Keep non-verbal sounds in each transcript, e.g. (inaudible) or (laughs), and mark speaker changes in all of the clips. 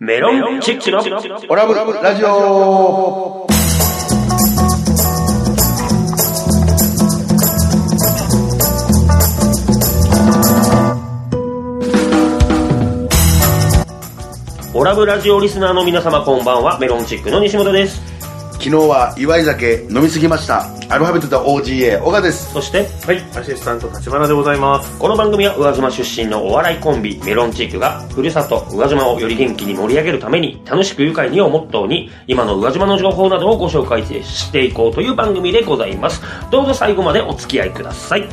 Speaker 1: メロンチッチの
Speaker 2: オラブラジオ
Speaker 1: オラブラジオリスナーの皆様こんばんはメロンチックの西本です
Speaker 2: 昨日は祝い酒飲みすぎましたアルファベットと OGA 小賀です
Speaker 1: そして
Speaker 3: はい、アシスタント立花でございます。
Speaker 1: この番組は宇和島出身のお笑いコンビメロンチックがふるさと宇和島をより元気に盛り上げるために楽しく愉快にをモットーに今の宇和島の情報などをご紹介していこうという番組でございますどうぞ最後までお付き合いください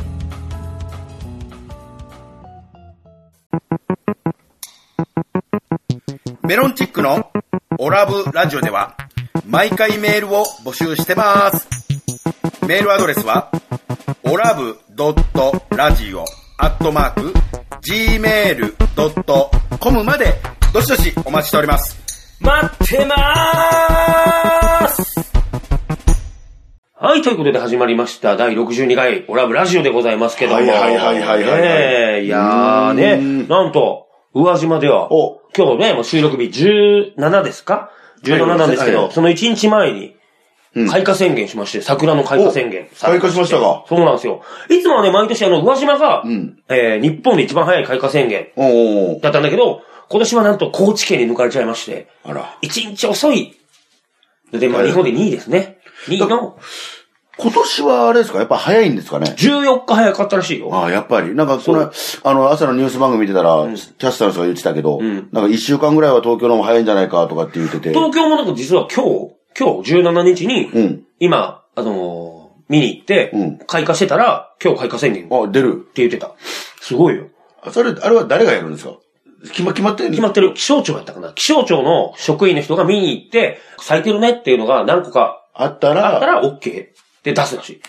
Speaker 2: メロンチックのオラブラジオでは毎回メールを募集してますメールアドレスはオラブドットラジオアットマーク gmail.com までどしどしお待ちしております
Speaker 1: 待ってまーすはい、ということで始まりました。第62回、オラブラジオでございますけども。
Speaker 2: はいはいはいはいはいはい
Speaker 1: ねえいやー
Speaker 2: うー
Speaker 1: ね、
Speaker 2: ん
Speaker 1: なんと、宇和島では
Speaker 2: お、
Speaker 1: 今日ね、もう収録日17ですか ?17 なんですけど、
Speaker 2: はい
Speaker 1: その1日前に
Speaker 2: うん、
Speaker 1: 開花宣言しまして、桜の開花宣言。
Speaker 2: お開花しましたか
Speaker 1: そうなんですよ。いつもはね、毎年あの、宇和島が、
Speaker 2: うん
Speaker 1: えー日本で一番早い開花宣言
Speaker 2: おー
Speaker 1: だったんだけど、今年はなんと高知県に抜かれちゃいまして、
Speaker 2: あら
Speaker 1: 一日遅い。で、まあ、
Speaker 2: はい
Speaker 1: 日本で2位ですね。2位の
Speaker 2: 今年はあれですかやっぱ早いんですかね
Speaker 1: 14日早かったらしいよ。
Speaker 2: ああ、やっぱり。なんか、その、あの、朝のニュース番組見てたら、キャスターの人が言ってたけど、
Speaker 1: ん
Speaker 2: なんか一週間ぐらいは東京の方が早いんじゃないかとかって言ってて。
Speaker 1: 東京もなんか実は今日、今日17日に、
Speaker 2: うん。
Speaker 1: 今、あのー見に行って
Speaker 2: うん、
Speaker 1: 開花してたら、今日開花宣言って
Speaker 2: あ、
Speaker 1: (laughs)
Speaker 2: 出る。
Speaker 1: 言ってた。すごいよ。
Speaker 2: それ、あれは誰がやるんですか決ま、決まってる
Speaker 1: 決まってる気象庁やったかな。気象庁の職員の人が見に行って、咲いてるねっていうのが何個か
Speaker 2: あった
Speaker 1: あった
Speaker 2: ら、
Speaker 1: ら OK で出すらし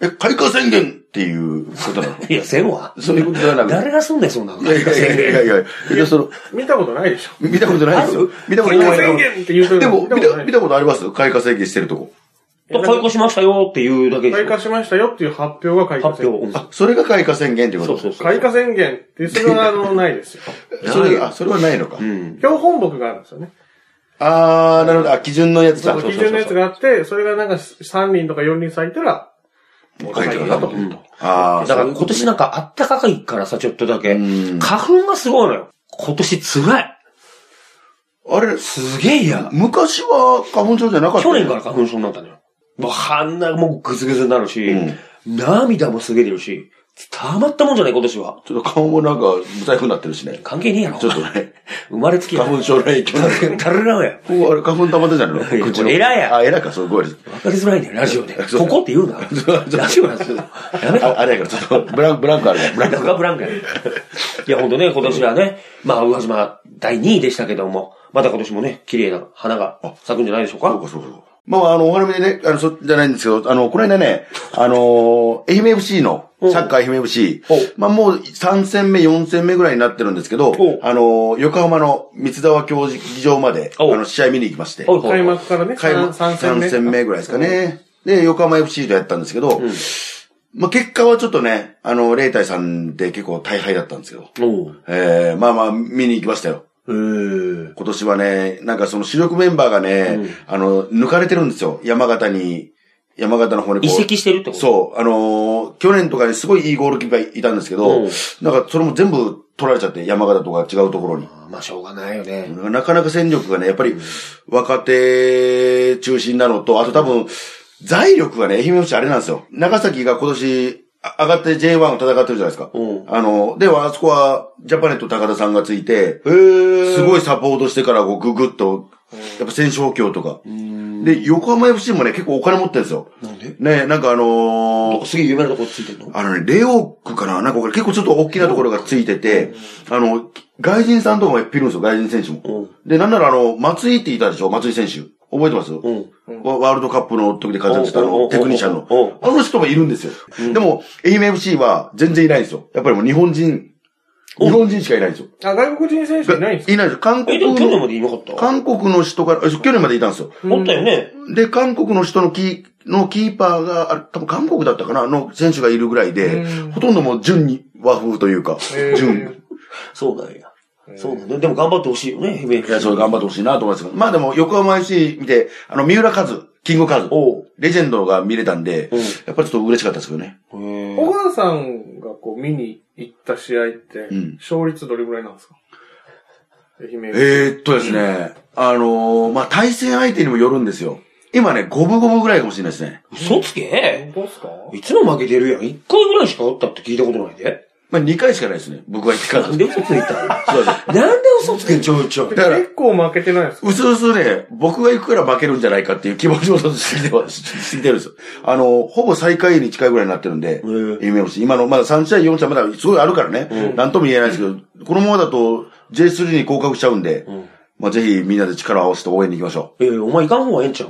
Speaker 2: え、開花宣言っていうことなの
Speaker 1: い。いや、せんわ。
Speaker 2: そういうことじゃなくて。
Speaker 1: 誰がすんねん、そんなの。
Speaker 2: いやいやいやいやいやいやいや、その、
Speaker 3: 見たことないでしょ。
Speaker 2: 見たことないですよ。見たこと
Speaker 3: 開
Speaker 2: な
Speaker 3: 花
Speaker 2: い
Speaker 3: 宣言っていうと
Speaker 2: でも、見
Speaker 3: 見たことな
Speaker 2: た、
Speaker 3: い
Speaker 2: 見たことあります開花宣言してるとこ。
Speaker 1: と開花しましたよっていうだけでし
Speaker 3: 開
Speaker 1: ょ
Speaker 3: 花しましたよっていう発表が開花
Speaker 1: 発
Speaker 3: 宣言。
Speaker 1: 表。うん
Speaker 2: あ、それが開花宣言っていうこ
Speaker 1: そ
Speaker 2: と
Speaker 1: うそうそう。
Speaker 3: 開花宣言って、それはあの、ないですよ。
Speaker 2: それ、あ、それはないのか。
Speaker 1: うん。
Speaker 3: 標本木があるんですよね。
Speaker 2: あー、なるほど。あ、基準のやつ
Speaker 3: そ
Speaker 2: だ。
Speaker 3: の基準のやつがあって、それがなんか3輪とか4輪咲いたら、もう
Speaker 2: 開
Speaker 3: 開
Speaker 2: 花
Speaker 3: 花
Speaker 2: だ
Speaker 3: だ
Speaker 2: と
Speaker 3: と。
Speaker 2: あー、
Speaker 1: だから今年なんかあったかいからさ、ちょっとだけ。
Speaker 2: うん
Speaker 1: 花粉がすごいのよ。今年辛い。
Speaker 2: あれ、
Speaker 1: すげえ嫌。
Speaker 2: 昔は花粉症じゃなかった
Speaker 1: 去
Speaker 2: よね
Speaker 1: 年から花粉症になったのよ。もう鼻もぐずぐずになるし、
Speaker 2: うん
Speaker 1: 涙もすげ出るし、たまったもんじゃない今年は。
Speaker 2: ちょっと顔もなんか、無財布になってるしね。
Speaker 1: 関係ねえやろ。
Speaker 2: ちょっとね、
Speaker 1: 生まれつきや。
Speaker 2: 花粉症の影響なんだけど。
Speaker 1: 誰らや。
Speaker 2: ここあれ花粉溜まってんじゃない
Speaker 1: いや
Speaker 2: の口の。
Speaker 1: エラや
Speaker 2: あ、エラか、そう、ごめんな
Speaker 1: わかりづらいんだよ、ラジオで。
Speaker 2: そう
Speaker 1: ここって言うな。ラジオなんですよ。やめ
Speaker 2: さい。
Speaker 1: ろ
Speaker 2: あ。あれやから、ちょっと、ブランク、ブランクあるね。ブランク。
Speaker 1: 中ブランカや。いや、ほんとね、今年はね、まあ、宇和島第2位でしたけども、まだ今年もね、綺麗な花が咲くんじゃないでしょう
Speaker 2: そう
Speaker 1: か。
Speaker 2: か、そうかそうか。まあ、あの、お花見でね、あの、そ、じゃないんですけど、あの、この間ね、あのー、愛媛 FC の、
Speaker 1: おう
Speaker 2: サッカー愛媛 FC
Speaker 1: おう、
Speaker 2: まあもう3戦目、4戦目ぐらいになってるんですけど
Speaker 1: おう、
Speaker 2: あのー、横浜の三沢競技場まで、あ
Speaker 1: おう
Speaker 2: の、試合見に行きまして、
Speaker 1: おいおい
Speaker 3: 開幕からね、
Speaker 2: 開幕
Speaker 3: 3戦目。
Speaker 2: 3戦目ぐらいですかね。で、横浜 FC とやったんですけど、まあ結果はちょっとね、あの、0対3で結構大敗だったんですけど、
Speaker 1: おう。
Speaker 2: えー、まあまあ見に行きましたよ。
Speaker 1: えー。
Speaker 2: 今年はね、なんかその主力メンバーがね、あの、抜かれてるんですよ。山形に、山形の方にこう
Speaker 1: 移籍してるってこと
Speaker 2: そう。あのー去年とかにすごいいいゴールキーパーいたんですけ
Speaker 1: う
Speaker 2: ど
Speaker 1: ん、
Speaker 2: なんかそれも全部取られちゃって、山形とか違うところに。
Speaker 1: まあ、しょうがないよね。
Speaker 2: なかなか戦力がね、やっぱり若手中心なのと、あと多分、財力がね、愛媛 FC あれなんですよ。長崎が今年、あ上がって J1 を戦ってるじゃないですか。
Speaker 1: うん
Speaker 2: あの、ではあそこは、ジャパネット高田さんがついて、すごいサポートしてからこうググッと、やっぱ選手補強とか。で、横浜 FC もね、結構お金持ってるんですよ。
Speaker 1: なんで
Speaker 2: ね、なんかあのー
Speaker 1: すげえ有名なとこついてんの
Speaker 2: あのね、レオークかななんかこれ結構ちょっと大きなところがついてて、あの、外人さんとかもいっぱいいるんですよ、外人選手も。で、なんならあの、松井っていたでしょ松井選手。覚えてますわワールドカップの時で活躍したあ
Speaker 1: おうおうおうお
Speaker 2: の、
Speaker 1: う
Speaker 2: テクニシャン
Speaker 1: おう
Speaker 2: の。あの人もいるんですよ。でも、愛媛 FC は全然いないんですよ。やっぱりもう日本人、日本人しかいないんですよ。
Speaker 3: あ、外国人選手いないんですか
Speaker 2: いないんですよ。韓
Speaker 1: え、
Speaker 2: 国
Speaker 1: でも去年ま
Speaker 2: の、
Speaker 1: でいなかった
Speaker 2: 韓国の人から、あ去年までいたんですよ。
Speaker 1: おったよね。
Speaker 2: で、韓国の人のキー、のキーパーが、あれ、多分韓国だったかなの選手がいるぐらいで、ほとんどもう純に和風というか、
Speaker 3: えー
Speaker 2: 純。
Speaker 1: そうなんや。そうなんだ。でも頑張ってほしいよね、ヘビー
Speaker 2: いや、そう頑張ってほしいなと思いますけど。まあでも、横浜 FC 見て、あの、三浦和、キングカズ、
Speaker 1: おう。
Speaker 2: レジェンドが見れたんで
Speaker 1: うん、
Speaker 2: やっぱりちょっと嬉しかったですけどね。
Speaker 1: へー
Speaker 3: 小川さんがこう見に行った試合って
Speaker 2: うん、
Speaker 3: 勝率どれぐらいなんですか愛媛
Speaker 2: えー、っとですね、あのーまあ対戦相手にもよるんですよ。今ね、五分五分ぐらいかもしれないですね。
Speaker 1: 嘘つけ
Speaker 3: 本当ですか
Speaker 1: いつも負けてるやん。一回ぐらいしかおったって聞いたことないで。
Speaker 2: まあ2回しかないですね。僕は行ってから。
Speaker 1: な
Speaker 2: そ
Speaker 1: ん
Speaker 2: う
Speaker 1: で嘘ついた
Speaker 2: そう (laughs) です。
Speaker 1: んなんで嘘つけんちょいちょい。
Speaker 2: だから
Speaker 3: 結構負けてないですか
Speaker 2: うすうすね、僕が行くから負けるんじゃないかっていう気持ちをしてはしてるんですよ。あの、ほぼ最下位に近いぐらいになってるんで、
Speaker 1: ー
Speaker 2: 夢星今のまだ3試合、4試合まだすごいあるからね、なん、とも言えないですけど、このままだと J3 に降格しちゃうんで、まあぜひみんなで力を合わせて応援に行きましょ
Speaker 1: ええお前いかん方がええんちゃう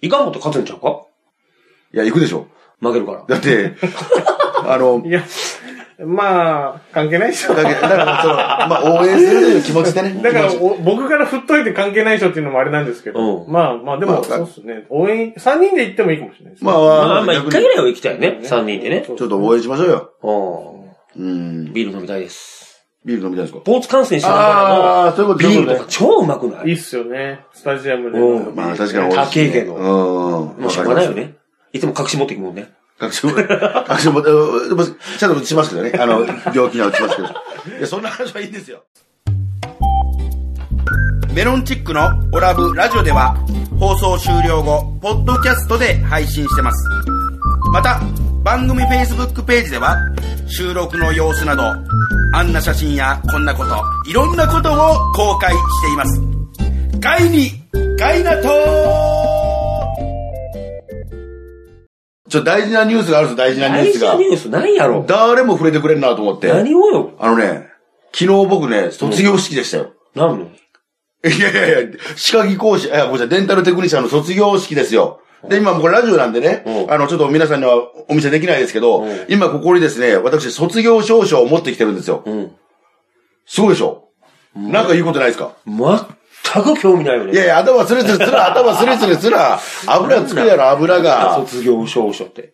Speaker 1: いかん方って勝てんちゃうか
Speaker 2: う。いや、行くでしょ。
Speaker 1: 負けるから。
Speaker 2: だって、 (laughs) あの、
Speaker 3: いや、まあ、関係ないでしょ。
Speaker 2: だけだからその、まあ応援するという気持ちでね。
Speaker 3: だから、お僕から振っといて関係ない人っていうのもあれなんですけど、
Speaker 1: うん
Speaker 3: まあまあ、で
Speaker 2: ま
Speaker 3: も、
Speaker 2: あ
Speaker 3: そうっすね。応援、3人で行ってもいいかもしれないですね。
Speaker 2: まあ、
Speaker 1: まあまあ、一
Speaker 2: 逆に
Speaker 1: 回ぐらいは行きたいね。
Speaker 3: ね
Speaker 1: 三人でね
Speaker 3: そ。う
Speaker 2: ちょっと応援しましょうよ。
Speaker 1: う
Speaker 2: うん
Speaker 1: ん。。ビール飲みたいです。
Speaker 2: ビール飲みたいですか
Speaker 1: スポーツ観戦しなが
Speaker 2: ああ、そういうこ
Speaker 1: らの、ビ
Speaker 2: とそう
Speaker 1: ー
Speaker 2: いうこ
Speaker 1: ルと
Speaker 2: と
Speaker 1: か超うまくない
Speaker 3: いい
Speaker 1: い
Speaker 3: っすよね。スタジアムで。
Speaker 1: うん
Speaker 2: まあ確かに美味
Speaker 1: 高
Speaker 2: しい
Speaker 1: いけど。
Speaker 2: うん。
Speaker 1: もうしょうがないよね。いつも隠し持っていくもんね。
Speaker 2: 隠し持って。隠し持って、でもちゃんと打ちますけどね。あの、病気には打ちますけど。いや、そんな話はいいんですよ。メロンチックのオラブラジオでは、放送終了後、ポッドキャストで配信してます。また、番組 Facebook ページでは、収録の様子など、あんな写真やこんなこと、いろんなことを公開しています。ガイに、ガイナトちょ、大事なニュースがあるんですよ、大事なニュー
Speaker 1: 大
Speaker 2: ス
Speaker 1: 事
Speaker 2: が。
Speaker 1: なニュースないやろ。
Speaker 2: 誰も触れてくれんなと思って。
Speaker 1: 何をよ。
Speaker 2: あのね、昨日僕ね、卒業式でしたよ。
Speaker 1: なんの
Speaker 2: いやいやいや、歯科技講師、あ、ごめんなさい、デンタルテクニシャンの卒業式ですよ。で、今もうこれラジオなんでね
Speaker 1: う、ん
Speaker 2: あの、ちょっと皆さんにはお見せできないですけど
Speaker 1: うん、
Speaker 2: 今ここにですね、私、卒業証書を持ってきてるんですよ。
Speaker 1: うん。
Speaker 2: すごいでしょなんか言うことないですか
Speaker 1: 全く興味ないよ
Speaker 2: いや
Speaker 1: ね。
Speaker 2: いや、頭スレスレすら、頭スレスレすら、油つくやろ、油が。
Speaker 1: 卒業証書って。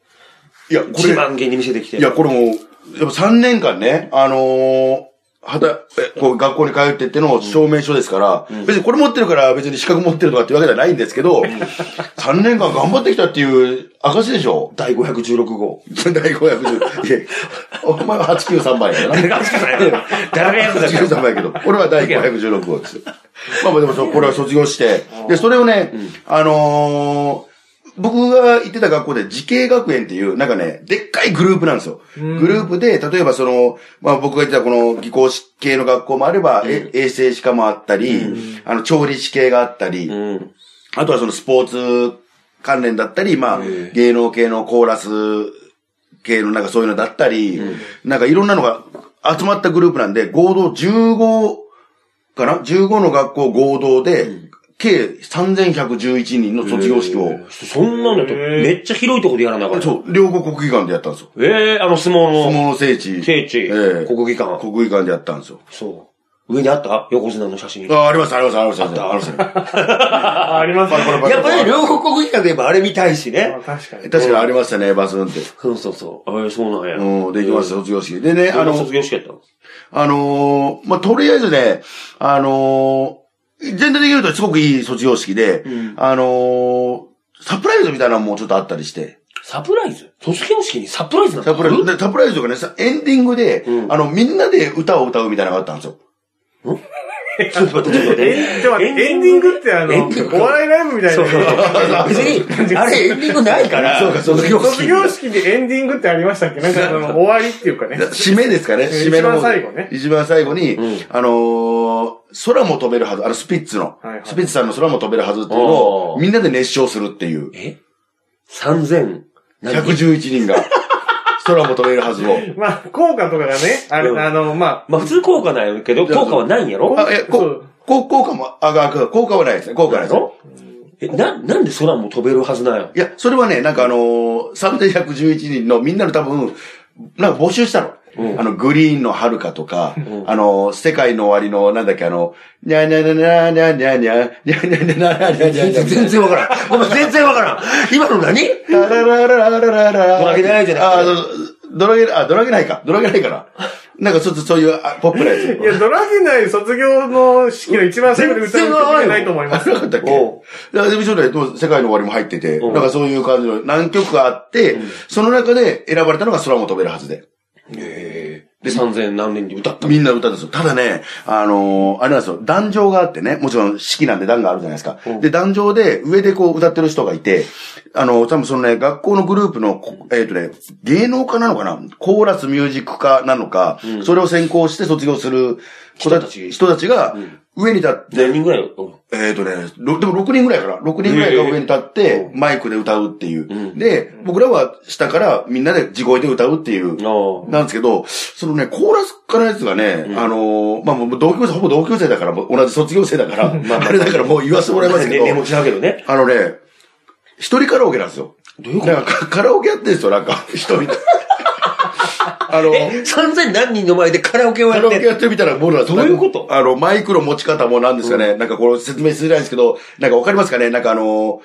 Speaker 2: いや、こ
Speaker 1: 一
Speaker 2: れ、
Speaker 1: 番芸に見せてきて。
Speaker 2: いや、これもう、やっぱ3年間ね、あのー、はた、えこう学校に通ってっての証明書ですから、別にこれ持ってるから別に資格持ってるとかってわけじゃないんですけど、3年間頑張ってきたっていう証でしょ
Speaker 1: 第516号。
Speaker 2: 第510。いや、 (laughs) お前は893番やな。
Speaker 1: 誰がやつだよ。 (laughs) 誰がやつだ
Speaker 2: 893
Speaker 1: よ。
Speaker 2: 番やけど、 (laughs) 俺は第516号です。まあまあでもそう、これは卒業して、で、それをね、あのー、僕が行ってた学校で、慈恵学園っていう、なんかね、でっかいグループなんですよ。グループで、例えばその、まあ僕が行ってたこの技工士系の学校もあれば、え衛生士科もあったり、あの、調理師系があったり、
Speaker 1: うん。
Speaker 2: あとはそのスポーツ関連だったり、まあ、
Speaker 1: ええ
Speaker 2: 芸能系のコーラス系のなんかそういうのだったり、なんかいろんなのが集まったグループなんで、合同15かな ?15 の学校合同で、計3111人の卒業式を、
Speaker 1: そんなのと、めっちゃ広いとこでやらなあかった。
Speaker 2: そう、両国国技館でやったんですよ。
Speaker 1: ええあの相撲
Speaker 2: 相撲
Speaker 1: の
Speaker 2: の聖地。
Speaker 1: 聖地、
Speaker 2: ええ
Speaker 1: 国技館。
Speaker 2: 国技館でやったんですよ。
Speaker 1: そう。上にあった横綱の写真。
Speaker 2: あ、あります、あります、あります、あります。あります
Speaker 3: あ、ありますね。
Speaker 2: やっぱり
Speaker 1: 両国国技館で言えばあれ見たいし
Speaker 3: まあ。確かに。
Speaker 2: 確かにありましたね、バスンって。
Speaker 1: そうそうそう。ええそうなんや。
Speaker 2: うん、できました、卒業式。でね、
Speaker 1: あ
Speaker 2: あ
Speaker 1: の、
Speaker 2: の、
Speaker 1: 卒業式やったの
Speaker 2: あのーまあ、とりあえずね、あのー全体的に言うとすごくいい卒業式で、
Speaker 1: うん
Speaker 2: あのーサプライズみたいなのもちょっとあったりして、
Speaker 1: サプライズ卒業式にサプライズなん
Speaker 2: サプライズ、
Speaker 1: ズ
Speaker 2: でサプライズとかね、さエンディングで、
Speaker 1: うん
Speaker 2: あの、みんなで歌を歌うみたいなのがあったんですよ。
Speaker 1: (laughs) ちょっと待って、ちょっと待って。
Speaker 3: え、ちょっと待ってエンディングってあの、
Speaker 1: エンディング
Speaker 3: お笑いライブみたい
Speaker 1: そう
Speaker 3: な。
Speaker 1: そう別 (laughs) に、あれエンディングないから。
Speaker 2: そうか卒業式
Speaker 3: 卒業式にエンディングってありましたっけなんかその終わりっていうかね。
Speaker 2: 締めですかね、
Speaker 3: ん
Speaker 2: 締めの。
Speaker 3: 一番最後ね
Speaker 2: 一番最後に、
Speaker 1: うん
Speaker 2: あのー空も飛べるはず、あの、スピッツの、
Speaker 3: いはい
Speaker 2: スピッツさんの空も飛べるはずっていうのを、
Speaker 1: おー
Speaker 2: みんなで熱唱するっていう、
Speaker 1: え ?3000。
Speaker 2: 111人が、空も飛べるはずを。
Speaker 3: まあ、効果とかがね、あれ、
Speaker 1: うん
Speaker 3: あの、ま
Speaker 1: まあ普通効果ないけど、効果はないんやろ
Speaker 2: あ、え、
Speaker 3: そ
Speaker 2: こ
Speaker 3: う、
Speaker 2: こ、効果も、あが、効果はないですね。効果はないですね。
Speaker 1: え、な、なんで空も飛べるはずなんや
Speaker 2: いや、それはね、なんかあのー、3111人のみんなの多分、なんか募集したの。
Speaker 1: うん
Speaker 2: あの、グリーンの遥かとか、
Speaker 1: ん
Speaker 2: あのー、世界の終わりの、なんだっけ、あの、にゃにゃにゃにゃにゃにゃにゃにゃにゃにゃにゃにゃにゃにゃにゃにゃにゃにゃ
Speaker 1: 全然わからん。ごめん、全然わからん。今の何
Speaker 2: ララララララララ
Speaker 1: ドラゲないじゃなくて
Speaker 2: あ、そうドラゲ、あ、ドラゲないか。ドラゲないから。なんかちょっとそういうあポップなやつ。
Speaker 3: いや、ドラギナイ卒業の式の一番最後で歌う曲じゃないと思います。
Speaker 2: なかったっけ
Speaker 1: おう
Speaker 2: でアカデミー賞で世界の終わりも入ってて、
Speaker 1: うん
Speaker 2: なんかそういう感じの何曲かあって、その中で選ばれたのが空も飛べるはずで。
Speaker 1: ええで、3000何年に歌った。
Speaker 2: みんな歌うんですよ。ただね、あのーあれなんですよ、壇上があってね、もちろん式なんで段があるじゃないですか。
Speaker 1: うん
Speaker 2: で、壇上で上でこう歌ってる人がいて、あのー多分そのね、学校のグループの、こえっ、とね、芸能家なのかなコーラスミュージック家なのか、それを専攻して卒業する子
Speaker 1: 人たち
Speaker 2: 人たちが、上に立って、
Speaker 1: 何人ぐらいおる
Speaker 2: えー、とね、ろでも6人ぐらいかな。6人ぐらいが上に立って、マイクで歌うっていう。
Speaker 1: うん
Speaker 2: で、僕らは下からみんなで地声で歌うっていう。
Speaker 1: ああ
Speaker 2: なんですけど、そのね、コーラスからやつがね、あのーまあ、もう同級生、ほぼ同級生だから、もう同じ卒業生だから、あ、れだからもう言わせてもらいますけ
Speaker 1: ね
Speaker 2: ど、
Speaker 1: ね持ちだけどね。
Speaker 2: あのね、一人カラオケなんですよ。どういうことなんかカラオケやってるんですよ、なん (laughs) か、一人で。あの、
Speaker 1: 3000何人の前でカラオケを
Speaker 2: カ
Speaker 1: や
Speaker 2: ラ
Speaker 1: っ
Speaker 2: オケ
Speaker 1: て。
Speaker 2: やってみたらもうなんか
Speaker 1: どういうこと
Speaker 2: あの、マイクの持ち方もなんですかね、なんかこれ説明しづらいんですけど、なんかわかりますかねなんかあの、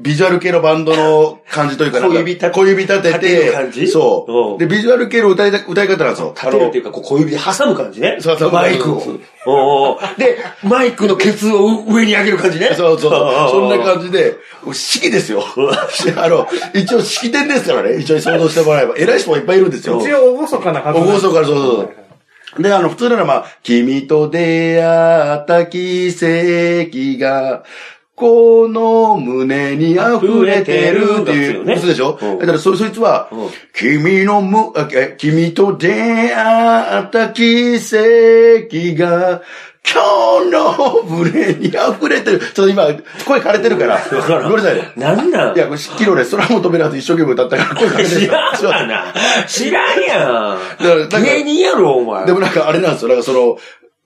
Speaker 2: ビジュアル系のバンドの感じというか、なんか
Speaker 1: 小指立て
Speaker 2: 小指立て
Speaker 1: 立てる感
Speaker 2: て、
Speaker 1: じ
Speaker 2: そうう。
Speaker 1: ん
Speaker 2: で、ビジュアル系の歌いた歌い方なんですよ。
Speaker 1: 立てるってい
Speaker 2: あ
Speaker 1: うか、こう小指で挟む感じね。
Speaker 2: そうそう
Speaker 1: マイクを。おうおうで、マイクのケツを上に上げる感じね。
Speaker 2: のそうそう
Speaker 1: ああ
Speaker 2: そう。そんな感じで、式ですよ。 (laughs) あの、一応式典ですからね。一緒に想像してもらえば。偉い人もいっぱいいるんですよ。
Speaker 3: 一応、おごそかなはず
Speaker 2: お
Speaker 3: なん
Speaker 2: ご
Speaker 3: です。
Speaker 2: そかに、そうそうそう。で、あの、普通ならまあ、君と出会った奇跡が、この胸に溢れてるっていう、
Speaker 1: 溢れてる
Speaker 2: そうでしょ、
Speaker 1: うん
Speaker 2: だからそ、そいつは
Speaker 1: うん、
Speaker 2: 君のむ、あえ君と出会った奇跡が、今日の胸に溢れてる。ちょっと今、声枯れてるか
Speaker 1: (laughs)
Speaker 2: ら。
Speaker 1: わからん
Speaker 2: ごめんなさいね。
Speaker 1: なんなん
Speaker 2: いや、これ、昨日ね、空も飛べるはず一生懸命歌ったから声枯れてる。
Speaker 1: (laughs) 知らんがな。知らん
Speaker 2: からなん
Speaker 1: や
Speaker 2: か
Speaker 1: ん。芸人やろ、お前
Speaker 2: (laughs) で。もなんかあれなんですよ。なんかその、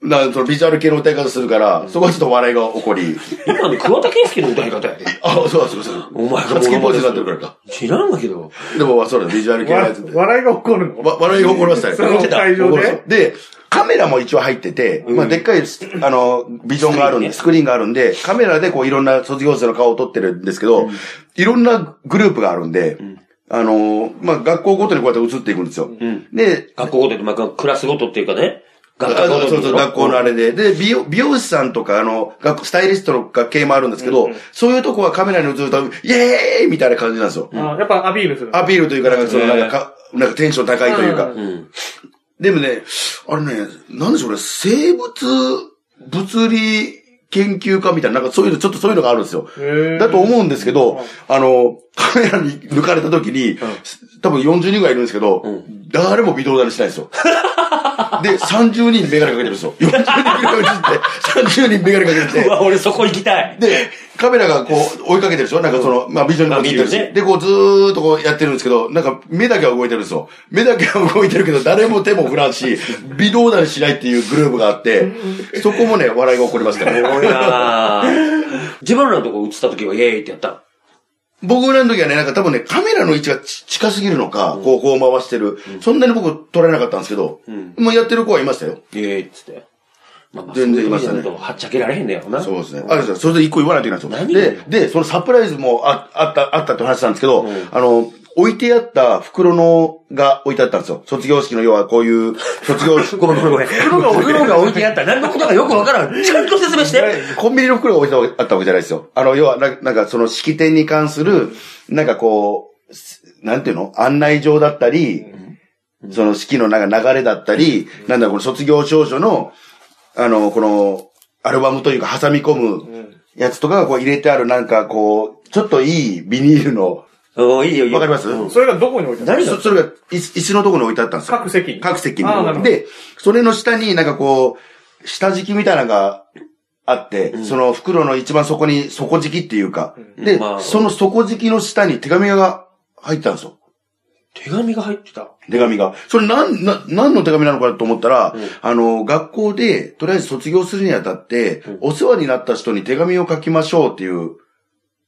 Speaker 2: なんそのビジュアル系の歌い方するから、そこはちょっと笑いが起こり。
Speaker 1: 今の桑田佳祐の歌い方やで。
Speaker 2: あ、そうだそうだそうだ。
Speaker 1: お前が
Speaker 2: 初キポーズになってるからか。
Speaker 1: 知らんがけど。
Speaker 2: でもまあそうだ、ビジュアル系のやつで。わ
Speaker 3: 笑いが起こるの
Speaker 2: 笑いが起こりましたね。
Speaker 3: その会場
Speaker 2: 怒るん
Speaker 3: で。
Speaker 2: すよで、カメラも一応入ってて、まあでっかい、あの、ビジョンがあるんで、スクリーンがあるんで、カメラでこういろんな卒業生の顔を撮ってるんですけど、いろんなグループがあるんで、あの、まあ学校ごとにこうやって映っていくんですよ。
Speaker 1: ん
Speaker 2: で、
Speaker 1: 学校ごとで、まあ、クラスごとっていうかね。学
Speaker 2: あ
Speaker 1: 科ご
Speaker 2: そう
Speaker 1: と
Speaker 2: そう
Speaker 1: に
Speaker 2: そう、学校のあれで。で、美容、美容師さんとか、あの、学スタイリストの学系もあるんですけど、そういうとこはカメラに映ると、イエーイみたいな感じなんですよ。
Speaker 3: あやっぱアピールする。
Speaker 2: アピールというか、なんか、そ
Speaker 1: へ
Speaker 2: の、
Speaker 1: ー
Speaker 2: なんか、かなんかテンション高いというか。
Speaker 3: うん
Speaker 1: うん。
Speaker 2: でもね、あれね、なんでしょうね、生物、物理研究家みたいな、なんかそういうの、ちょっとそういうのがあるんですよ。
Speaker 3: へー
Speaker 2: だと思うんですけど、あの、カメラに抜かれた時に、多分40人ぐらいいるんですけど、誰も微動だにしないんですよ。で、30人メガネかけてるんですよ。40人メガネかけてて、30人メガネかけて
Speaker 1: う
Speaker 2: て、
Speaker 1: わ、俺そこ行きたい。
Speaker 2: で、カメラがこう追いかけてるでしょなんかその、まあビジョンにもついて
Speaker 1: まあ
Speaker 2: るし。
Speaker 1: ビジョンね
Speaker 2: で、こうずーっとこうやってるんですけど、なんか目だけは動いてるんですよ。目だけは動いてるけど、誰も手も振らん (laughs) し、微動だにしないっていうグループがあって、そこもね、笑いが起こりますから
Speaker 1: (laughs) おいなぁ自分らのとこ映った時は、イエーイってやった。
Speaker 2: 僕らの時はね、なんか多分ね、カメラの位置がち近すぎるのか、こう、こう回してる。そんなに僕撮られなかったんですけど、もうやってる子はいましたよ。
Speaker 1: イエーイっつって。まあまあ
Speaker 2: 全然いましたね
Speaker 1: そううのはっちゃけられへんだよな。
Speaker 2: そうですね。あれですよ。それで一個言わないといけないん
Speaker 1: 何
Speaker 2: ですよ。で、で、そのサプライズもああった、あったって話したんですけど、
Speaker 1: ん
Speaker 2: あの、置いてあった袋のが置いてあったんですよ。卒業式の要はこういう、卒業式。
Speaker 1: ごめんごめん
Speaker 2: (laughs)
Speaker 1: ごめん。袋が袋が置いてあった。何のことかよくわからん。ちゃんと説明して。
Speaker 2: コンビニの袋が置いてあったわけじゃないですよ。あの、要はな、なんかその式典に関する、なんかこう、すなんていうの案内状だったり、その式のなんか流れだったり、なんだろうこの卒業証書の、あの、この、アルバムというか挟み込むやつとかがこう入れてあるなんかこう、ちょっといいビニールの、
Speaker 1: おいいよいいよ。
Speaker 2: わかります
Speaker 1: うん
Speaker 3: それがどこに置いてある
Speaker 1: 何
Speaker 2: そそれが椅子椅子のところに置いてあったんですよ。
Speaker 3: 各席に
Speaker 2: 各席
Speaker 3: あーな
Speaker 2: に。
Speaker 3: るほど
Speaker 2: で、それの下になんかこう、下敷きみたいなのがあって、その袋の一番底に底敷きっていうか、で、
Speaker 1: まあ
Speaker 2: その底敷きの下に手紙が入ってたんですよ。
Speaker 1: 手紙が入ってた。
Speaker 2: 手紙が。それなん、な、何の手紙なのかなと思ったら、あの、学校で、とりあえず卒業するにあたって、お世話になった人に手紙を書きましょうっていう、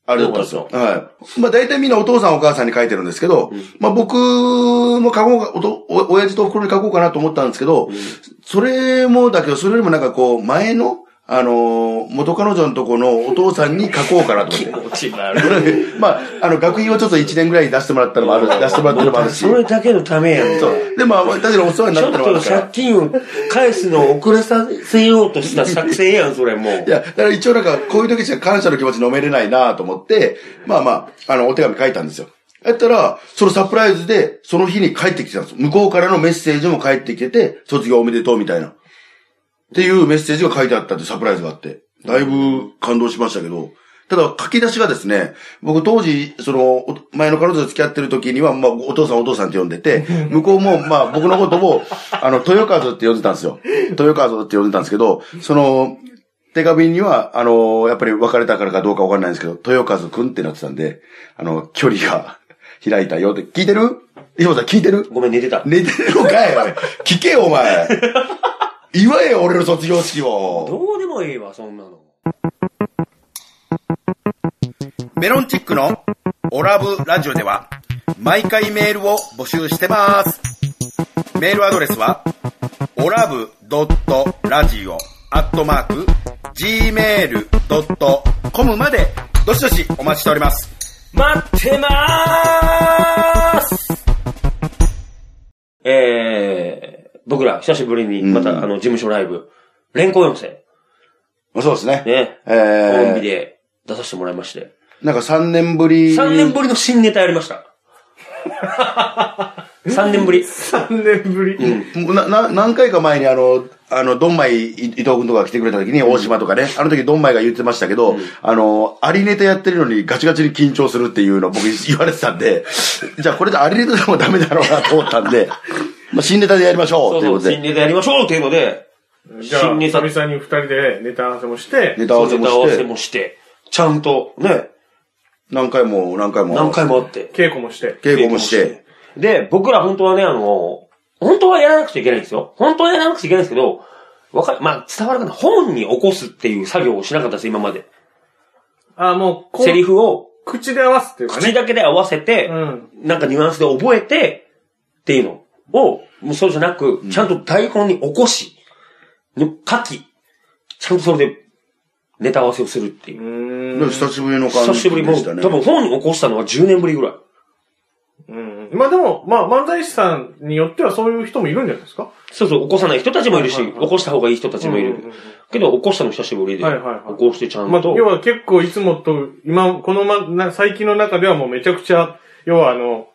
Speaker 2: あれだったんですよ。はい。まあ大体みんなお父さんお母さんに書いてるんですけど、まあ僕も書こうか、おと、お、親父とお袋に書こうかなと思ったんですけど、それもだけど、それよりもなんかこう、前の、あのーの、元彼女のとこのお父さんに書こうかなと
Speaker 1: 気
Speaker 2: 思っ
Speaker 1: 持ち
Speaker 2: て。
Speaker 1: 悪い。
Speaker 2: (laughs) まあ、あの、学費をちょっと1年ぐらい出してもらったのもある、出してもらったのもあるし。
Speaker 1: (laughs) それだけのためやん。
Speaker 2: そう。で、まあ、確かにお世話に
Speaker 1: ち
Speaker 2: な
Speaker 1: ょっ
Speaker 2: っ
Speaker 1: た
Speaker 2: のはあ
Speaker 1: と
Speaker 2: るから
Speaker 1: 借。金を返すのを遅らさせようとした作戦やん、それもう
Speaker 2: い。や、だから一応なんか、こういう時しか感謝の気持ち飲めれないなと思って、まあまあ、あの、お手紙書いたんですよ。やったら、そのサプライズで、その日に帰ってきてたんです向こうからのメッセージも返ってきてて、卒業おめでとうみたいな。っていうメッセージが書いてあったってサプライズがあって、だいぶ感動しましたけど、ただ書き出しがですね、僕当時、その、お前の彼女と付き合ってる時には、まあ、お父さんお父さんって呼んでて、向こうも、まあ、僕のことを、あの、豊川って呼んでたんですよ。豊川って呼んでたんですけど、その、手紙には、あの、やっぱり別れたからかどうかわかんないんですけど、豊和くんってなってたんで、あの、距離が開いたよって、聞いてる石本さん聞いてる
Speaker 1: ごめん、寝てた。
Speaker 2: 寝てるのかいおい聞けよ、お前祝えよ、俺の卒業式を
Speaker 1: どうでもいいわ、そんなの。
Speaker 4: メロンチックのオラブラジオでは毎回メールを募集してます。メールアドレスはオラブドットラジオアットマーク gmail.com までどしどしお待ちしております。
Speaker 1: 待ってまーすえー、僕ら久しぶりに、また、
Speaker 2: うん
Speaker 1: あの、事務所ライブ、連行4世、
Speaker 2: そうですね。
Speaker 1: ね、
Speaker 2: え
Speaker 1: コンビ
Speaker 2: ー、
Speaker 1: で出させてもらいまして、
Speaker 2: なんか3年ぶり。
Speaker 1: 3年ぶりの新ネタやりました。3年ぶり。
Speaker 3: 3年ぶり。
Speaker 2: もうな、な、何回か前にあの、あの、ドンマイ伊伊藤君とか来てくれた時に、大島とかね、あの時ドンマイが言ってましたけど、あの、アリネタやってるのにガチガチに緊張するっていうのを僕 (laughs) 言われてたんで、じゃあこれでアリネタでもダメだろうなと思った
Speaker 1: (laughs)
Speaker 2: んで、まあ、新ネタでやりましょう
Speaker 1: そう
Speaker 2: という
Speaker 1: そ
Speaker 2: こ
Speaker 1: う、
Speaker 2: と
Speaker 1: 新
Speaker 2: で、
Speaker 1: ネタやりましょうっていうので、
Speaker 3: じゃあ、
Speaker 1: 新ネ
Speaker 3: 久
Speaker 1: タ
Speaker 3: 々に二人でネタ合わせもして、
Speaker 2: ネタ合わせ
Speaker 1: ネ
Speaker 2: も
Speaker 1: タ合わ
Speaker 2: し
Speaker 1: せ
Speaker 2: て、
Speaker 1: もして、ちゃんと、ね、
Speaker 2: 何回も何回も、
Speaker 1: 何回もあって、
Speaker 3: 稽古もして。
Speaker 2: 稽古もして、。
Speaker 1: で、僕ら本当はね、あの、本当はやらなくちゃいけないんですよ。本当はやらなくちゃいけないんですけど、わかる、まあ、伝わるかな。本に起こすっていう作業をしなかったです、今まで。
Speaker 3: あー、もう、こう
Speaker 1: セリフを
Speaker 3: 口で合わすっていうか
Speaker 1: 口
Speaker 3: ね。
Speaker 1: だけで合わせて、
Speaker 3: うん。
Speaker 1: なんかニュアンスで覚えて、っていうのを、もうそうじゃなく、ちゃんと台本に起こし、に書き、ちゃんとそれでネタ合わせをするっていうう。
Speaker 3: ーん
Speaker 2: で久しぶりの感
Speaker 1: 久
Speaker 2: じ
Speaker 1: しぶり、もう
Speaker 2: でしたね。
Speaker 1: 多分本に起こしたのは10年ぶりぐらい。
Speaker 3: うんまあでも、まあ漫才師さんによってはそういう人もいるんじゃないですか
Speaker 1: そうそう、起こさない人たちもいるし、
Speaker 3: はいはいはい
Speaker 1: 起こした方がいい人たちもいる。
Speaker 3: うんうんうん
Speaker 1: けど、起こしたの久しぶりで、
Speaker 3: はいはいはい
Speaker 1: 起こしてちゃん
Speaker 3: まあ、
Speaker 1: と、
Speaker 3: 要は結構いつもと、今、このま、な最近の中ではもうめちゃくちゃ、要はあの、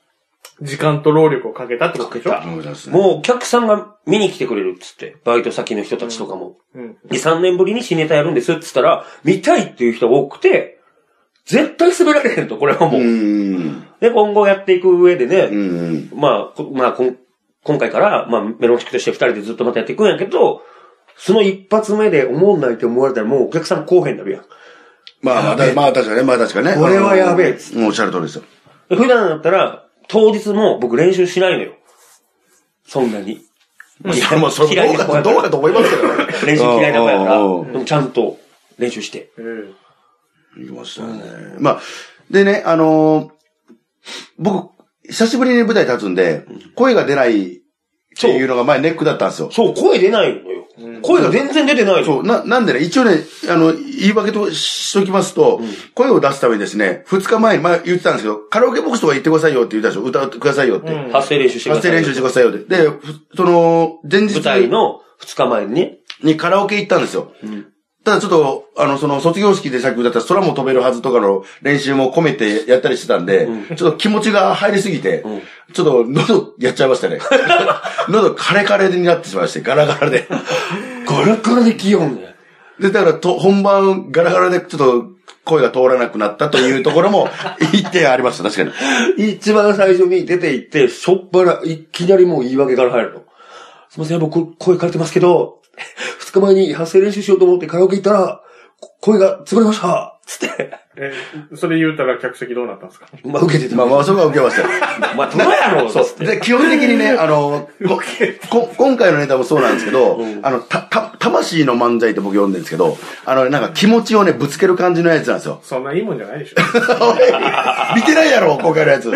Speaker 3: 時間と労力をかけたってことでしょ
Speaker 1: かけ
Speaker 2: そうですね
Speaker 1: もうお客さんが見に来てくれるっつって、バイト先の人たちとかも。
Speaker 3: うん。
Speaker 1: で、3年ぶりに新ネタやるんですっつったら、見たいっていう人が多くて、絶対滑られへんと、これはもう。
Speaker 2: うん、
Speaker 1: で、今後やっていく上で
Speaker 2: う
Speaker 1: ね、
Speaker 2: ん、
Speaker 1: まあ、こまあ、こん今回から、まあ、メロンチックとして2人でずっとまたやっていくんやけど、その一発目で思わないって思われたらもうお客さん来おへんなるやん。
Speaker 2: まあまあ、だまあ確かね、まあ確かね。
Speaker 1: これはやべえっつ
Speaker 2: もうおっしゃる通りですよ。
Speaker 1: (laughs) 普段だったら、当日も僕練習しないのよ。そんなに。
Speaker 2: いや、もうそれどう
Speaker 1: な子
Speaker 2: か、
Speaker 1: やか
Speaker 2: どう
Speaker 1: ら
Speaker 2: かと思いますけどね。
Speaker 1: 練習嫌いな子やから、
Speaker 2: うんうんうん
Speaker 1: でもちゃんと練習して。
Speaker 3: ええ
Speaker 2: 行きましたね。まあ、でね、あのー僕、久しぶりに舞台立つんで、声が出ないっていうのが前ネックだったんですよ。
Speaker 1: そう、声出ないのよ。声が全然出てないの。
Speaker 2: そう、な、なんでね、一応ね、あの、言い訳としときますと、声を出すためにですね、二日前に、まあ言ってたんですけど、カラオケボックスとか行ってくださいよって言ったでしょ、歌ってくださいよって。
Speaker 3: うん
Speaker 1: 発声練習してくだ
Speaker 2: 発
Speaker 1: さい
Speaker 2: 声練習してくださいよって。で、ふその、前日
Speaker 1: 舞台の2日前にね。
Speaker 2: にカラオケ行ったんですよ。ただちょっと、あの、その卒業式でさっき歌った空も飛べるはずとかの練習も込めてやったりしてたんで、ちょっと気持ちが入りすぎて、ちょっと喉やっちゃいま (laughs) したね。喉カレカレになってしまいまして、ガラガラで。
Speaker 1: ガラガラで気温ね。
Speaker 2: で、だからと、本番ガラガラでちょっと声が通らなくなったというところも (laughs) 一点ありました、確かに。
Speaker 1: 一番最初に出て行って、しょっぱら、いきなりもう言い訳から入るの。すいません、僕、声枯れてますけど、2日前に発声練習しようと思ってカラオケ行ったら、こ声が潰れましたつって。
Speaker 3: ええそれ言うたら客席どうなったんですか。
Speaker 1: まあ、受けてた。
Speaker 2: まあまあ、そこは受けましたよ。
Speaker 1: お前、どうやろう
Speaker 2: そう。で、基本的
Speaker 1: (laughs)
Speaker 2: にね、あの、ここ今回のネタもそうなんですけど、あの、た、た、魂の漫才って僕読んでるんですけど、あの、なんか気持ちをね、ぶつける感じのやつなんで
Speaker 1: (laughs)
Speaker 2: すよ (laughs)
Speaker 3: そんないいもんじゃないでしょ。 (laughs)
Speaker 2: おい見てないやろ、今回のやつ。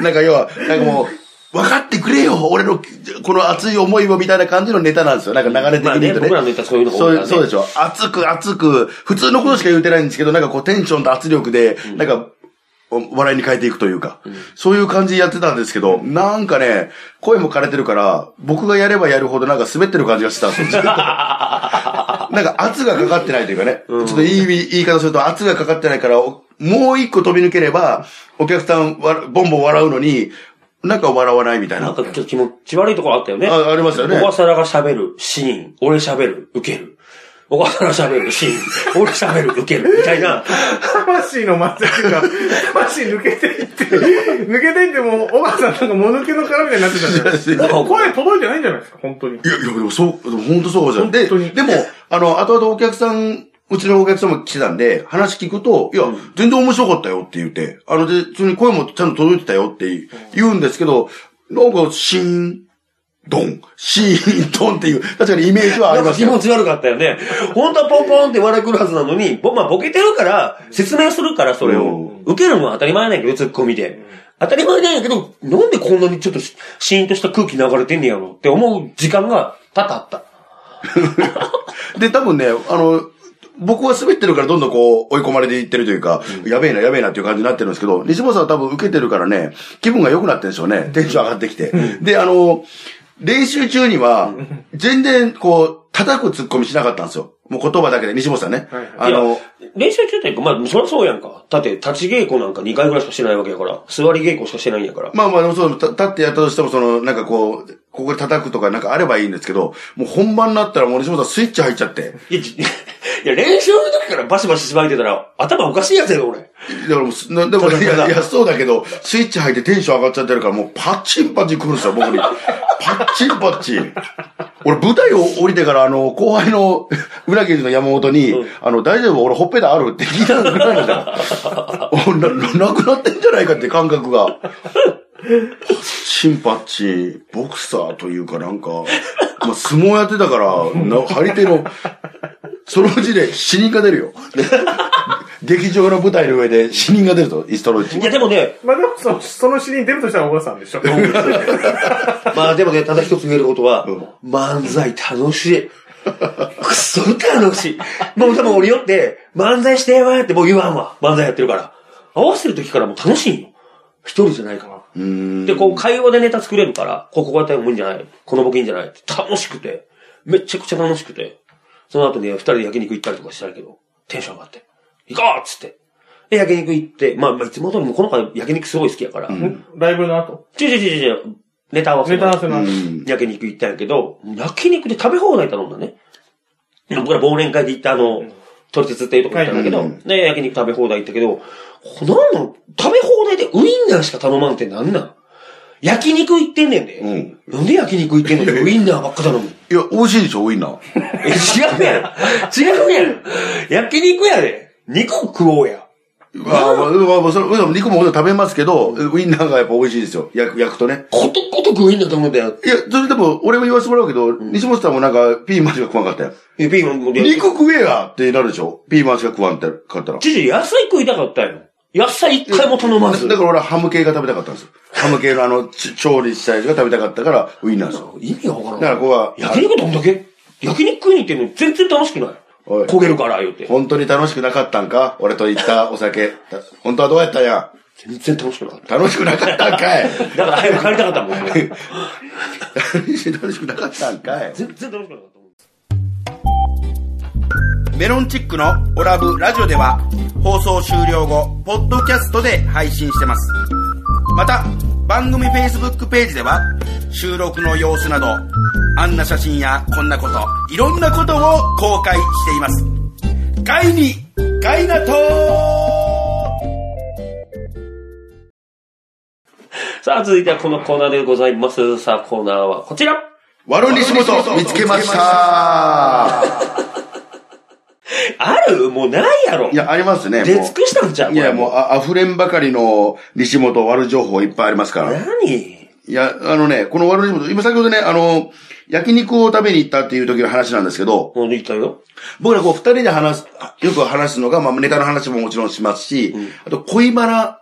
Speaker 2: なんか要は、なんかもう、分かってくれよ俺の、この熱い思いをみたいな感じのネタなんですよ。なんか流れ的に言うとね。
Speaker 1: まあね僕らのネタそういうのが多
Speaker 2: そ
Speaker 1: いうからね
Speaker 2: そうでしょ。熱く熱く、普通のことしか言うてないんですけど、なんかこうテンションと圧力で、なんか、お笑いに変えていくというか、そういう感じでやってたんですけど、なんかね、声も枯れてるから、僕がやればやるほどなんか滑ってる感じがしてたんですよ。 (laughs) ずっとなんか圧がかかってないというかね。ちょっといい言い言い方すると圧がかかってないから、おもう一個飛び抜ければ、お客さんわボンボン笑うのに、なんか笑わないみたい
Speaker 1: なんか。
Speaker 2: な
Speaker 1: ちょっと気持ち悪いところあったよね。
Speaker 2: あありましたよね
Speaker 1: 小笠原が喋るシーン、俺喋る、受ける。小笠原喋るシーン、俺喋る、受ける。みたいな。
Speaker 3: 魂の祭りが、魂抜けていって、抜けていってもう、おばあさんなんかもぬけの殻みたいになってたじゃないですか。声届いてないんじゃないですか、本当に。
Speaker 2: いや、いや、でもそう、でも本当そうじゃん。で、
Speaker 3: 本当に
Speaker 2: でも、あの、後々お客さん、うちのお客さんも来てたんで、話聞くと、いや、全然面白かったよって言って、あの、で、普通に声もちゃんと届いてたよって言うんですけど、なんか、シーン、ドン、シーン、ドンっていう、確かにイメージはあ
Speaker 1: な
Speaker 2: り
Speaker 1: ん
Speaker 2: ま
Speaker 1: か
Speaker 2: す
Speaker 1: 気
Speaker 2: よ。
Speaker 1: 持ち悪かったよね。本当はポンポンって笑い来るはずなのに、ぼまあ、ボケてるから、説明するから、それ
Speaker 2: う
Speaker 1: を。受けるのは当たり前なんやけど、ツッコミで。当たり前なんやけど、なんでこんなにちょっとしシーンとした空気流れてんねやろって思う時間が多々あった。
Speaker 2: で、多分ね、あの、僕は滑ってるからどんどんこう追い込まれていってるというか、やべえなやべえなっていう感じになってるんですけど、西本さんは多分受けてるからね、気分が良くなってるんでしょうね。テンション上がってきて。で、あの、練習中には、全然こう、叩く突っ込みしなかったんですよ。もう言葉だけで、西本さんね。あ
Speaker 1: いや
Speaker 2: の、
Speaker 1: 練習中というか、まあ、そりゃそうやんか。だって、立ち稽古なんか2回ぐらいしかしてないわけやから、座り稽古しかしてないんやから。
Speaker 2: まあまあ、でもそう、た立ってやったとしても、その、なんかこう、ここで叩くとかなんかあればいいんですけど、もう本番になったらもう西本さんスイッチ入っちゃって。
Speaker 1: いや、じ (laughs) いや練習の時からバシバシしばいてたら、頭おかしいやつやで、俺。
Speaker 2: だからもうす、なで
Speaker 1: た
Speaker 2: も、
Speaker 1: だ
Speaker 2: い
Speaker 1: ただ
Speaker 2: や、いや、そうだけど、スイッチ入ってテンション上がっちゃってるから、もうパッチンパッチン来るんですよ、僕に。パッチンパッチン。俺、舞台を降りてから、あの、後輩の、裏切りの山本に、あの、大丈夫俺、ほっぺたあるって聞いたぐらいなんだ (laughs) よ。おな、ななくなってんじゃないかって感覚が。パッチンパッチン、ボクサーというかなんか、まあ、相撲やってたから、な張り手の、そのうちで死人が出るよ。劇場の舞台の上で死人が出ると、イストロイチ
Speaker 1: い。や、でもね、
Speaker 3: まあでもその、そのシーン出るとしたらおばあさんでしょ。
Speaker 1: まあでもね、ただ一つ言えることは、漫才楽しい。くそ楽しい。もう多分俺よって、漫才してわーってもう言わんわ。漫才やってるから。合わせる時からもう楽しいよ。一人じゃないから。で、こう会話でネタ作れるから、こうここやったらもういいんじゃないこのボケいいんじゃない楽しくて。めちゃくちゃ楽しくて。その後ね、二人で焼肉行ったりとかしたけど、テンション上がって。行こうっつって。で、焼肉行って、まあ、まあ、いつも通りもうこの子は焼肉すごい好きやから。
Speaker 3: ライブの後。
Speaker 1: ちょいちょいちょいちょい、ネタ合わせ。
Speaker 3: ネタ合わせの後。
Speaker 1: 焼肉行ったんやけど、焼肉で食べ放題頼んだね。僕ら忘年会で行ったあの、取り鉄っていうとこ行ったんだけど、
Speaker 2: はい
Speaker 1: ね、焼肉食べ放題行ったけど、こんなの食べ放題でウインナーしか頼まんってなんなん焼肉行ってんねんで。
Speaker 2: うん
Speaker 1: なんで焼肉行ってんの (laughs) にウインナーばっか頼む
Speaker 2: いや、美味しいでしょ、ウインナー。
Speaker 1: え違うやん。違うやん。焼肉やで。肉食おうや。
Speaker 2: まあまあ、まあまあ、それ、うん肉ももちろん食べますけど、ウインナーがやっぱ美味しいですよ。焼く、焼くとね。
Speaker 1: ことことくウインナー頼むんだよ。
Speaker 2: いや、それでも、俺も言わせてもらうけど、西本さんもなんか、ピーマンしか食わんかったよ。
Speaker 1: えピーマンもで
Speaker 2: 肉食えやってなるでしょピーマンしか食わんって、買ったら。
Speaker 1: 知事、野菜食いたかったよ。野菜一回も頼まず
Speaker 2: だ。から俺はハム系が食べたかったんですよ。ハム系のあの、ち調理したやつが食べたかったから、ウインナーですよ。
Speaker 1: 意味がわからん。
Speaker 2: だからここは
Speaker 1: 焼肉どんだけ焼肉食いに行ってんのに全然楽しくない。
Speaker 2: おい
Speaker 1: 焦げるから、言うて。
Speaker 2: 本当に楽しくなかったんか俺と行ったお酒。た本当はどうやったんや
Speaker 1: 全然楽しくなかっ
Speaker 2: 楽しくなかったんかい
Speaker 1: た。だから早く帰りたかったもん。俺
Speaker 2: 楽しくなかったんかい
Speaker 1: 全然楽しくなかったもん。
Speaker 4: メロンチックのオラブラジオでは放送終了後、ポッドキャストで配信してます。また、番組 Facebook ページでは収録の様子など、あんな写真やこんなこと、いろんなことを公開しています。ガイに、ガイナトー
Speaker 1: さあ、続いてはこのコーナーでございます。さあ、コーナーはこちら
Speaker 2: 悪西本見つけました
Speaker 1: あるもうないやろ
Speaker 2: いや、ありますね。もう
Speaker 1: 出尽くしたんちゃう
Speaker 2: いや、もう、
Speaker 1: う。
Speaker 2: あ溢れんばかりの西本悪情報いっぱいありますから。
Speaker 1: 何
Speaker 2: いや、あのね、この悪西本、今先ほどね、あの、焼肉を食べに行ったっていう時の話なんですけど、
Speaker 1: もう言ったよ。
Speaker 2: 僕らこう二人で話す、よく話すのが、まあネタの話ももちろんしますし、あと恋バナ、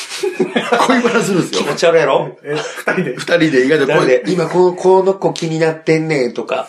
Speaker 2: (laughs) 恋バナするんです
Speaker 1: 気
Speaker 2: よ。
Speaker 1: 持ち悪いやろ
Speaker 3: え、二人で
Speaker 2: 二。人で意外と
Speaker 1: なん
Speaker 2: 恋
Speaker 1: で、今この、この子気になってんねんとか、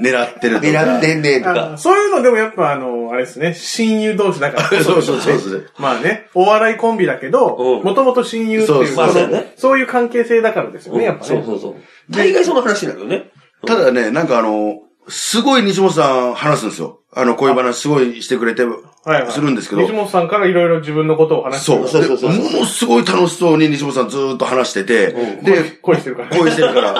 Speaker 2: 狙ってるとか。
Speaker 1: 狙ってんねんと
Speaker 3: あ
Speaker 1: か
Speaker 3: の。そういうのでもやっぱあの、あれですね、親友同士だからこ
Speaker 2: (laughs) そうそうそうそう
Speaker 3: ねまあね、お笑いコンビだけど、
Speaker 1: うん
Speaker 3: もともと親友って
Speaker 2: そう
Speaker 3: いう
Speaker 2: そう
Speaker 3: そ
Speaker 1: そう
Speaker 3: の
Speaker 1: ね
Speaker 3: そういう関係性だからですよね、やっぱ
Speaker 1: そう
Speaker 3: ね。
Speaker 1: そうそう。大概その話になるよね。
Speaker 2: ただね、なんかあの、すごい西本さん話すんですよ。あの、恋バナすごいしてくれて、
Speaker 3: はいはい。
Speaker 2: するんですけど
Speaker 3: 西。本さんからいろいろ自分のことを話して
Speaker 2: そう。
Speaker 1: そうそう
Speaker 2: で
Speaker 1: そうそう
Speaker 2: ものすごい楽しそうに西本さんずーっと話してて、で、
Speaker 3: 恋してるから。
Speaker 2: 恋してるから、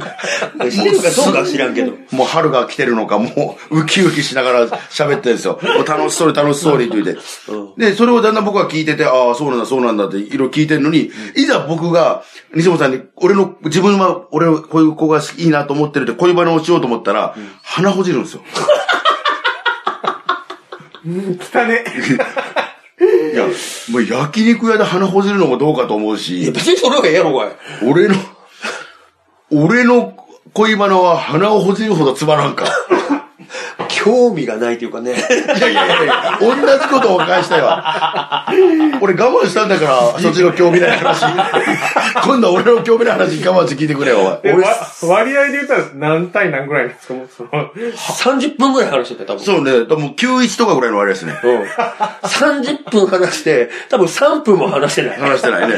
Speaker 2: (laughs)
Speaker 1: 知ってるかどうかは知らんけど。
Speaker 2: もう春が来てるのか、もうウキウキしながら (laughs) 喋ってるんですよ。もう楽しそうに楽しそうにって言って。で、それをだんだん僕は聞いてて、ああ、そうなんだ、そうなんだっていろいろ聞いてるのに、いざ僕が、西本さんに、俺の、自分は、俺はこういう子が好きいいなと思ってるって恋バナをしようと思ったら、鼻ほじるんですよ。
Speaker 3: 汚ね。
Speaker 2: いや、もう焼肉屋で鼻ほじるのもどうかと思うし、
Speaker 1: 別にそれはええやろ、おい。
Speaker 2: 俺の、俺の恋バナは鼻をほじるほどつまらんか。
Speaker 1: 興味がないというかね。
Speaker 2: いやいやいやいや、同じことを返したよ。俺我慢したんだから、そっちの興味ない話。今度は俺の興味ない話我慢して聞いてくれよ、お
Speaker 3: で
Speaker 2: い。
Speaker 3: わ割合で言ったら何対何ぐらいですかもうその、
Speaker 1: 30分ぐらい話してた、多分。
Speaker 2: そうね、多分91とかぐらいの割合ですね。
Speaker 1: うん。30分話して、多分3分も話してない。
Speaker 2: 話してないね。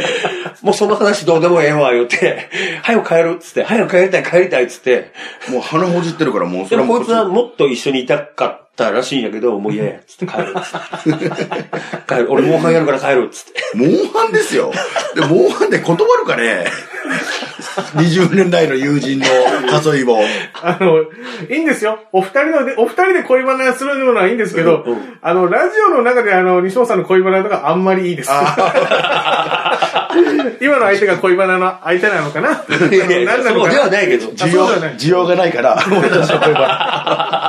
Speaker 1: もうその話どうでもええわ、言うて、早く帰るっつって、早く帰りたい、帰りたいっつって。
Speaker 2: もう鼻ほじってるから、もうそ
Speaker 1: で
Speaker 2: れ
Speaker 1: も
Speaker 2: も
Speaker 1: こ
Speaker 2: う
Speaker 1: いつはもっと一緒にいたかったらしいんやけど、もう嫌や、っつって帰るっつって。帰る、俺モンハンやるから帰るっつって。
Speaker 2: モンハンですよ。で、モンハンで断るかね ?20 年来の友人の誘いを。
Speaker 3: あの、いいんですよ。お二人ので、お二人で恋バナするのはいいんですけど、
Speaker 1: うんうん
Speaker 3: あの、ラジオの中であの、西本さんの恋バナとかあんまりいいです。 (laughs) 今の相手が恋バナの相手なのかな何なの
Speaker 1: そうで
Speaker 3: か
Speaker 1: は
Speaker 3: な
Speaker 1: ないけど。ね
Speaker 3: あ
Speaker 2: 需
Speaker 3: そ
Speaker 2: 要
Speaker 3: うじゃない、
Speaker 2: 需要がないから、俺たちの恋バ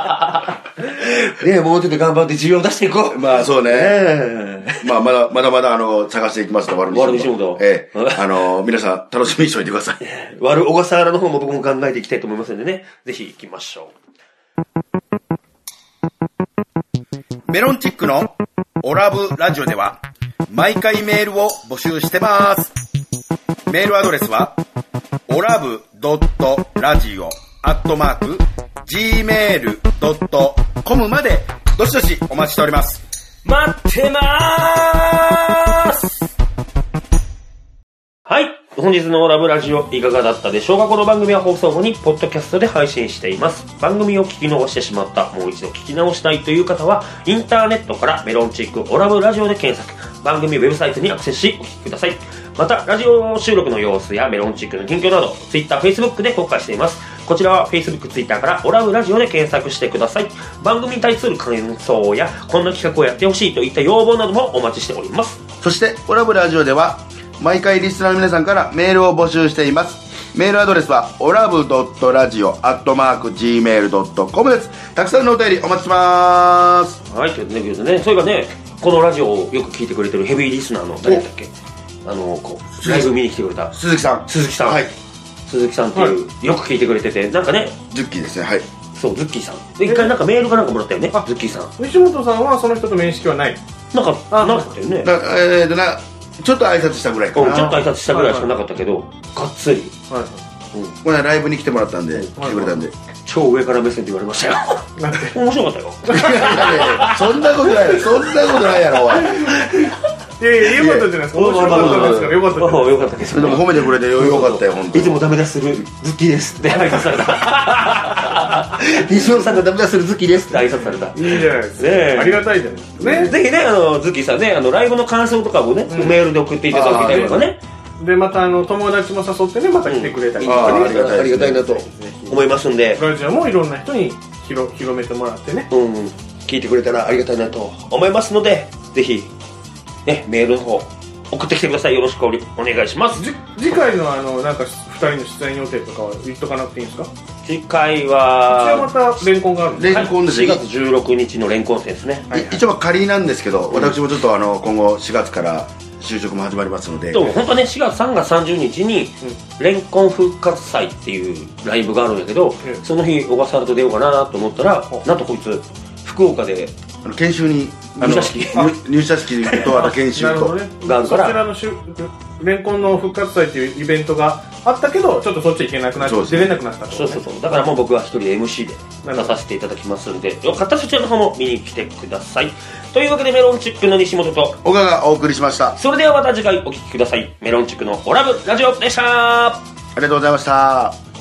Speaker 1: えもうちょっと頑張って需要出していこう。
Speaker 2: ナまあそうね。
Speaker 1: ええ
Speaker 2: まあまだ、まだまだあの、探していきますと、悪
Speaker 1: 悪口もだ
Speaker 2: ええ。あの、皆さん楽しみにしておいてください。
Speaker 1: 悪小笠原の方も僕も考えていきたいと思いますんでね。ぜひ行きましょ
Speaker 4: メロンチックのオラブラジオでは毎回メールを募集してます。メールアドレスはオラブドットラジオアットマーク gmail.com までどしどしお待ちしております。
Speaker 1: う。待ってまーすはい。本日のオラブラジオいかがだったでしょうかこの番組は放送後にポッドキャストで配信しています。番組を聞き逃してしまった、もう一度聞き直したいという方は、インターネットからメロンチックオラブラジオで検索、番組ウェブサイトにアクセスしお聞きください。また、ラジオ収録の様子やメロンチックの近況など、Twitter、Facebook で公開しています。こちらは Facebook、Twitter からオラブラジオで検索してください。番組に対する感想や、こんな企画をやってほしいといった要望などもお待ちしております。
Speaker 2: そして、オラブラジオでは、毎回リスナーの皆さんからメールを募集しています。メールアドレスは、オラブドットラジオアットマーク Gmail.com です。たくさんのお便りお待ちしてます。
Speaker 1: はい、ということでですね、そういえばね、このラジオをよく聞いてくれてるヘビーリスナーの誰だっけあの、こう、ライブ見に来てくれた
Speaker 2: 鈴木さん。
Speaker 1: 鈴木さん。
Speaker 2: はい。
Speaker 1: 鈴木さんっていう、よく聞いてくれてて、なんかね、
Speaker 2: ズッキーですね。はい。
Speaker 1: そう、ズッキーさん。で一回なんかメールかなんかもらったよね、ズッキーさん。
Speaker 3: 西本さんはその人と面識はない。
Speaker 1: なんか、
Speaker 3: あ
Speaker 1: なかったよね。
Speaker 2: な、えーと、な、ちょっと挨拶したぐらいか
Speaker 1: う
Speaker 2: な。
Speaker 1: んちょっと挨拶したぐらいしかなかったけど、がっつり、
Speaker 3: は
Speaker 2: この間ライブに来てもらったんで、来てくれたんで。
Speaker 1: 超上から目線で言われましたよ。
Speaker 3: い。なんて。
Speaker 1: (laughs) 面白かったよ。
Speaker 2: いやいやいやそんなこと (laughs) ない。そんなことないやろ、おい。
Speaker 3: いやいや、よかったじゃないですか。面白かったですから、よかったじゃない
Speaker 1: ああ、
Speaker 3: です
Speaker 1: よかったけ
Speaker 2: それでも
Speaker 1: ど。
Speaker 2: 褒めてくれてよよかったよ、本当
Speaker 1: いつ
Speaker 2: に。
Speaker 1: もダメ出しするズッキーですって挨拶され (laughs) た。西野さんがダメ出しするズッキーですって挨拶された。
Speaker 3: か。いいじゃないです
Speaker 1: ね
Speaker 3: か。
Speaker 1: え
Speaker 3: ありがたいじゃないですか。ね。
Speaker 1: ぜひね、あの、ズッキーさんね、あの、ライブの感想とかもね、メールで送っていただきたいとかね、
Speaker 3: で、またあの、友達も誘ってね、また来てくれたりと
Speaker 2: あ
Speaker 3: か
Speaker 2: あ
Speaker 3: ね
Speaker 2: ありがたいですね
Speaker 1: ありがたいなと思いますんで、
Speaker 3: ラジオもいろんな人に広広めてもらってね。
Speaker 1: うん、聞いてくれたらありがたいなと思いますので、ぜひ、ね、メールの方、送ってきてください。よろしくおりお願いします。
Speaker 3: じ次回のあの、なんか、二人の出演予定とかは言っとかなくていいんですか
Speaker 1: 次回
Speaker 3: じゃあ
Speaker 1: は
Speaker 3: ま、た、レンコンがあるんで。
Speaker 2: レンコンです
Speaker 1: 4
Speaker 2: ね
Speaker 1: 月。16日のレンコン戦ですね。
Speaker 2: い一応仮なんですけど、私もちょっとあの、今後4月から就職も始まりますので
Speaker 1: で、も本当はね、4月3月30日に、レンコン復活祭っていうライブがあるんだけど、
Speaker 3: うん
Speaker 1: その日、小笠原と出ようかなと思ったら、
Speaker 3: ほう
Speaker 1: なんとこいつ、福岡で
Speaker 2: あの研修に
Speaker 1: 入社式
Speaker 2: あの入入社式とあと研修
Speaker 3: (laughs) なるほ
Speaker 2: と
Speaker 3: どね。
Speaker 1: がん
Speaker 3: そち
Speaker 1: から
Speaker 3: らのしゅレンコンの復活祭っていうイベントがあったけど、ちょっとそっち行けなくなっ
Speaker 2: そうで
Speaker 3: て、
Speaker 2: すね
Speaker 3: 出れなくなったって
Speaker 1: そ
Speaker 3: こ
Speaker 1: う
Speaker 3: と
Speaker 1: そうそ
Speaker 3: ね。
Speaker 1: う。だからもう僕は一人で MC で
Speaker 3: なるほど
Speaker 1: 出させていただきますんで、よかったらそちらの方も見に来てください。というわけでメロンチックの西本と、
Speaker 2: 岡がお送りしましたあ
Speaker 1: それではまた次回お聴きください。メロンチックのオラブラジオでした
Speaker 2: りがとうございました